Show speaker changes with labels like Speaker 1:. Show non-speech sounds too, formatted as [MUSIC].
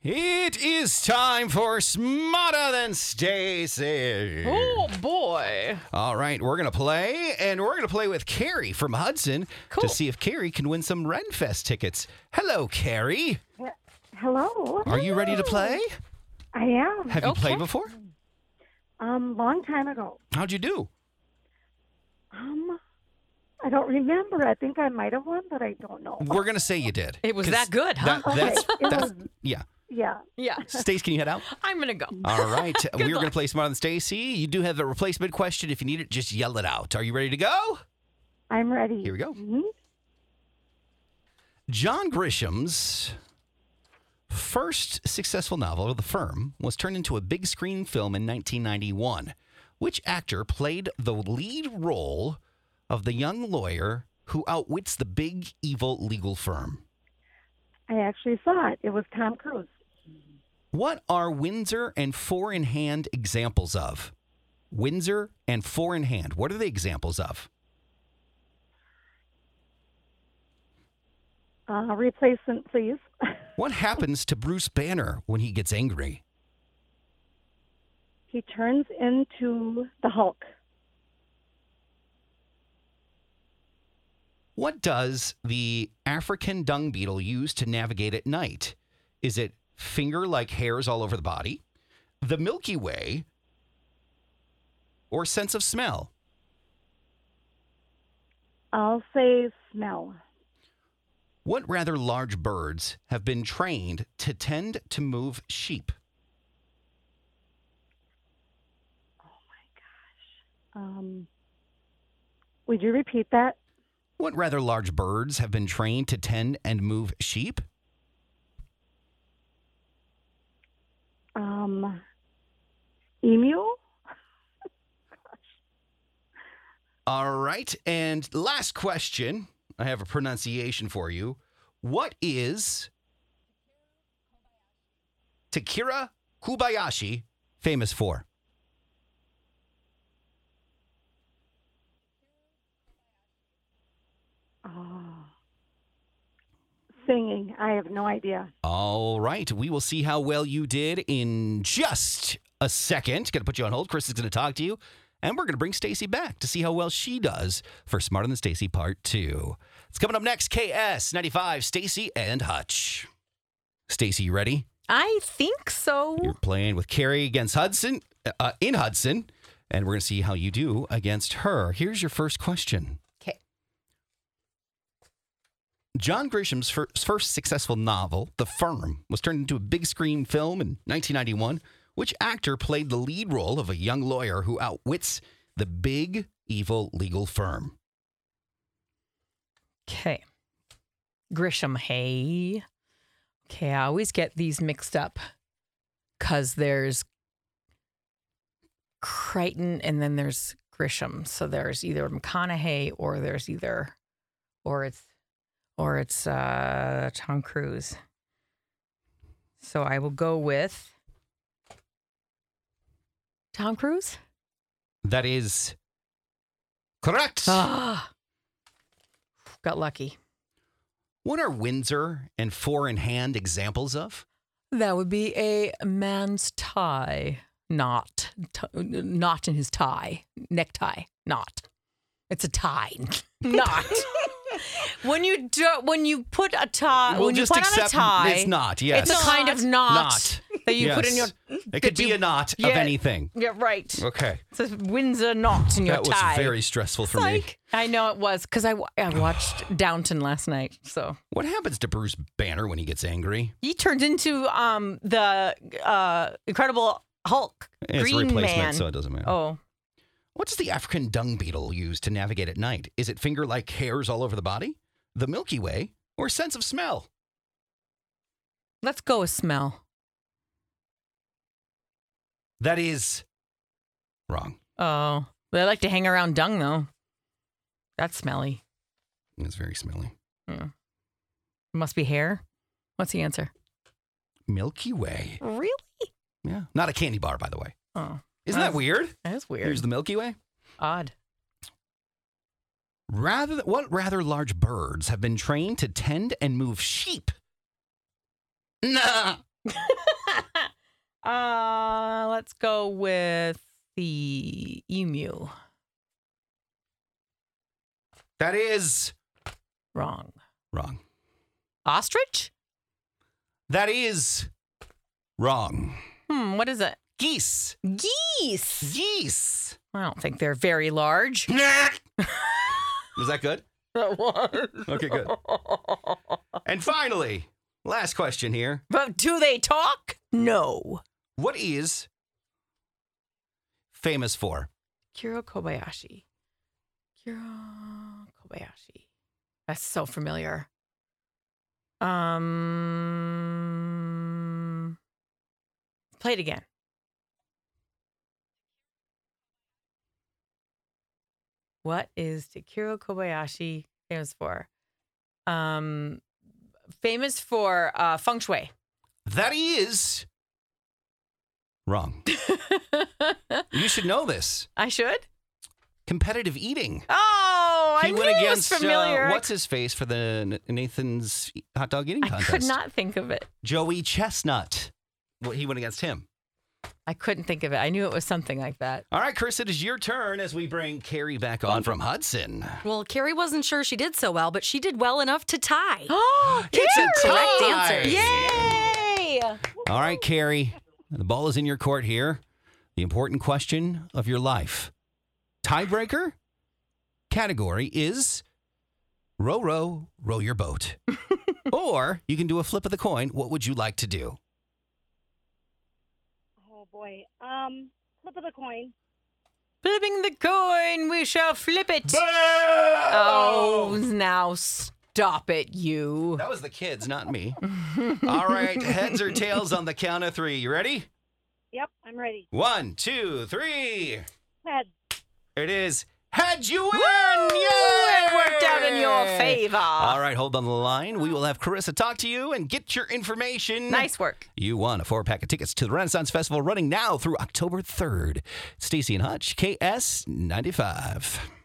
Speaker 1: It is time for Smarter Than Stacy.
Speaker 2: Oh boy.
Speaker 1: All right, we're going to play, and we're going to play with Carrie from Hudson to
Speaker 2: Cool.
Speaker 1: see if Carrie can win some Renfest tickets. Hello, Carrie.
Speaker 3: Hello.
Speaker 1: Are you ready to play?
Speaker 3: I am.
Speaker 1: Have you played
Speaker 2: Okay.
Speaker 1: before?
Speaker 3: Um, long time ago.
Speaker 1: How'd you do?
Speaker 3: Um, I don't remember. I think I might have won, but I don't know.
Speaker 1: We're going to say you did.
Speaker 2: It was
Speaker 1: 'Cause
Speaker 2: that good, huh?
Speaker 1: that-
Speaker 2: [LAUGHS]
Speaker 1: that's,
Speaker 3: Okay, it
Speaker 1: that's,
Speaker 3: was-
Speaker 1: yeah.
Speaker 3: Yeah.
Speaker 2: Yeah.
Speaker 1: Stace, can you head out?
Speaker 2: I'm gonna go. [LAUGHS]
Speaker 1: All right. we are going to play Smarter Than Stacy. You do have a replacement question. If you need it, just yell it out. Are you ready to go?
Speaker 3: I'm ready.
Speaker 1: Here we go.
Speaker 3: Mhm.
Speaker 1: John Grisham's first successful novel, The Firm, was turned into a big screen film in 1991. Which actor played the lead role of the young lawyer who outwits the big evil legal firm?
Speaker 3: I actually saw it. It was Tom Cruise.
Speaker 1: What are Windsor and Four in Hand examples of? Windsor and Four in Hand. What are they examples of?
Speaker 3: Uh, replacement, please. [LAUGHS]
Speaker 1: What happens to Bruce Banner when he gets angry?
Speaker 3: he turns into the Hulk.
Speaker 1: What does the African dung beetle use to navigate at night? Is it finger like hairs all over the body, the Milky Way, or sense of smell?
Speaker 3: I'll say smell.
Speaker 1: What rather large birds have been trained to tend to move sheep?
Speaker 3: Um, would you repeat that?
Speaker 1: What rather large birds have been trained to tend and move sheep?
Speaker 3: Um, emu?
Speaker 1: All right. And last question I have a pronunciation for you. What is Takira Kubayashi famous for?
Speaker 3: Oh. Singing. I have no idea.
Speaker 1: All right. We will see how well you did in just a second. Going to put you on hold. Chris is going to talk to you. And we're going to bring Stacy back to see how well she does for Smarter Than Stacy Part 2. It's coming up next KS95, Stacy and Hutch. Stacy, you ready?
Speaker 2: I think so.
Speaker 1: You're playing with Carrie against Hudson uh, in Hudson, and we're going to see how you do against her. Here's your first question.
Speaker 2: 'Kay.
Speaker 1: John Grisham's fir- first successful novel, The Firm, was turned into a big screen film in 1991. Which actor played the lead role of a young lawyer who outwits the big evil legal firm?
Speaker 2: Okay. Grisham Hay. Okay, I always get these mixed up because there's Crichton and then there's Grisham. So there's either McConaughey or there's either, or it's, or it's uh, Tom Cruise. So I will go with Tom Cruise.
Speaker 1: That is correct.
Speaker 2: Ah, got lucky.
Speaker 1: What are Windsor and Four in Hand examples of?
Speaker 2: That would be a man's tie knot, T- knot in his tie, necktie knot. It's a tie [LAUGHS] knot. when you do, when you put a tie,
Speaker 1: We'll
Speaker 2: Uh, when you
Speaker 1: just
Speaker 2: put on a
Speaker 1: accept
Speaker 2: tie,
Speaker 1: it's not, yes.
Speaker 2: it's a kind of knot,
Speaker 1: Knot.
Speaker 2: that you put in your.
Speaker 1: Yes. It could
Speaker 2: that
Speaker 1: be
Speaker 2: you-
Speaker 1: a knot
Speaker 2: Yeah.
Speaker 1: of anything.
Speaker 2: Yeah, right.
Speaker 1: Okay.
Speaker 2: It's a Windsor knot in your
Speaker 1: that
Speaker 2: tie.
Speaker 1: was very stressful for me.
Speaker 2: Psych. I know it was because I, wa- I watched Downton last night, so.
Speaker 1: What happens to Bruce Banner when he gets angry?
Speaker 2: He turned into um the uh Incredible Hulk
Speaker 1: It's
Speaker 2: Green
Speaker 1: replacement,
Speaker 2: Man.
Speaker 1: so it doesn't matter.
Speaker 2: oh,
Speaker 1: What does the African dung beetle use to navigate at night? Is it finger like hairs all over the body, the Milky Way, or sense of smell?
Speaker 2: let's go with smell.
Speaker 1: That is wrong.
Speaker 2: Oh, they like to hang around dung though. That's smelly.
Speaker 1: It's very smelly.
Speaker 2: must be hair. What's the answer?
Speaker 1: Milky Way.
Speaker 2: Really?
Speaker 1: Yeah. Not a candy bar, by the way.
Speaker 2: Oh,
Speaker 1: Isn't that
Speaker 2: Uh,
Speaker 1: weird?
Speaker 2: that is weird.
Speaker 1: Here's the Milky Way.
Speaker 2: Odd. [LAUGHS]
Speaker 1: Rather, what rather large birds have been trained to tend and move sheep? Nah.
Speaker 2: uh, let's go with the emu.
Speaker 1: That is
Speaker 2: Wrong.
Speaker 1: wrong.
Speaker 2: Ostrich?
Speaker 1: That is wrong.
Speaker 2: Hmm, what is it?
Speaker 1: Geese.
Speaker 2: Geese.
Speaker 1: Geese.
Speaker 2: I don't think they're very large.
Speaker 1: Was that good?
Speaker 2: That was.
Speaker 1: [LAUGHS] Okay,
Speaker 2: [LAUGHS]
Speaker 1: good. And finally, last question here.
Speaker 2: But do they talk? No.
Speaker 1: What is famous for?
Speaker 2: Kiro Kobayashi. Kiro Kobayashi. That's so familiar. Um, play it again. What is Takiro Kobayashi famous for? Um, famous for uh, feng shui. [LAUGHS]
Speaker 1: That is wrong. You should know this.
Speaker 2: I should.
Speaker 1: Competitive eating.
Speaker 2: Oh, I
Speaker 1: he
Speaker 2: knew
Speaker 1: went
Speaker 2: it
Speaker 1: against
Speaker 2: was familiar.
Speaker 1: Uh,
Speaker 2: I
Speaker 1: what's his face for the N- Nathan's hot dog eating
Speaker 2: I
Speaker 1: contest?
Speaker 2: could not think of it.
Speaker 1: Joey Chestnut. Well, he went against him.
Speaker 2: I couldn't think of it. I knew it was something like that.
Speaker 1: All right, Chris, it is your turn as we bring Carrie back on from Hudson.
Speaker 4: Well, Carrie wasn't sure she did so well, but she did well enough to
Speaker 2: [GASPS]
Speaker 4: tie.
Speaker 2: Oh,
Speaker 1: [GASPS] It's a
Speaker 4: Correct
Speaker 1: tie.
Speaker 4: answer.
Speaker 2: yay!
Speaker 1: All right, Carrie, the ball is in your court here. The important question of your life. Tiebreaker category is row, row, row your
Speaker 2: [LAUGHS]
Speaker 1: boat. or you can do a flip of the coin. What would you like to do?
Speaker 3: Oh boy. Um, flip of the coin.
Speaker 2: Flipping the coin, we shall flip it.
Speaker 1: Oh!
Speaker 2: Oh, now stop it, you.
Speaker 1: That was the kids, not me. All right, heads or tails on the count of three. You ready?
Speaker 3: Yep, I'm ready.
Speaker 1: One, two, three.
Speaker 3: Head.
Speaker 1: It is. Had you win!
Speaker 2: It worked out in your
Speaker 1: Yay!
Speaker 2: favor.
Speaker 1: All right, hold on the line. We will have Carissa talk to you and get your information.
Speaker 2: Nice work.
Speaker 1: You won a four pack of tickets to the Renaissance Festival running now through October 3rd. Stacy and Hutch, KS 95.